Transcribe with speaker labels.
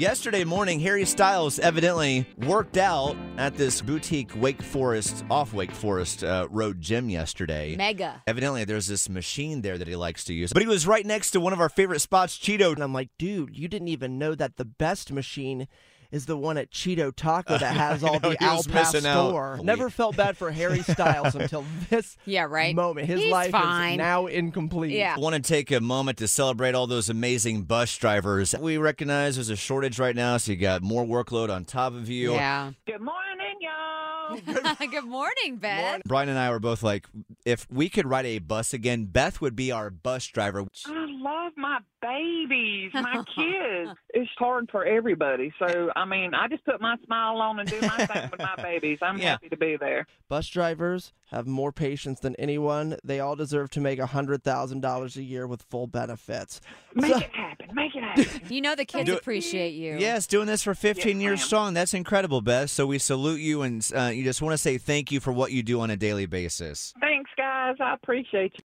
Speaker 1: Yesterday morning, Harry Styles evidently worked out at this boutique Wake Forest, off Wake Forest uh, Road gym yesterday.
Speaker 2: Mega.
Speaker 1: Evidently, there's this machine there that he likes to use. But he was right next to one of our favorite spots, Cheeto.
Speaker 3: And I'm like, dude, you didn't even know that the best machine is the one at Cheeto Taco that has all
Speaker 1: know,
Speaker 3: the
Speaker 1: he
Speaker 3: Al
Speaker 1: was missing out.
Speaker 3: Pastor.
Speaker 1: We-
Speaker 3: Never felt bad for Harry Styles until this
Speaker 2: Yeah, right?
Speaker 3: moment. His
Speaker 2: He's
Speaker 3: life
Speaker 2: fine.
Speaker 3: is now incomplete.
Speaker 2: Yeah.
Speaker 1: I want to take a moment to celebrate all those amazing bus drivers. We recognize there's a shortage right now, so you got more workload on top of you.
Speaker 2: Yeah.
Speaker 4: Good morning, y'all.
Speaker 2: Good morning, Beth.
Speaker 1: Brian and I were both like, if we could ride a bus again, Beth would be our bus driver.
Speaker 4: I love my babies, my kids. It's hard for everybody. So, I mean, I just put my smile on and do my thing with my babies. I'm
Speaker 1: Yeah.
Speaker 4: happy to be there.
Speaker 3: Bus drivers have more patience than anyone. They all deserve to make $100,000 a year with full benefits.
Speaker 4: Make it happen. Make it happen.
Speaker 2: You know the kids
Speaker 1: Do-
Speaker 2: appreciate you.
Speaker 1: Yes, doing this for 15
Speaker 4: Yes,
Speaker 1: years
Speaker 4: ma'am.
Speaker 1: strong. That's incredible, Beth. So we salute you and uh, you just want to say thank you for what you do on a daily basis.
Speaker 4: Thanks, guys. I appreciate you.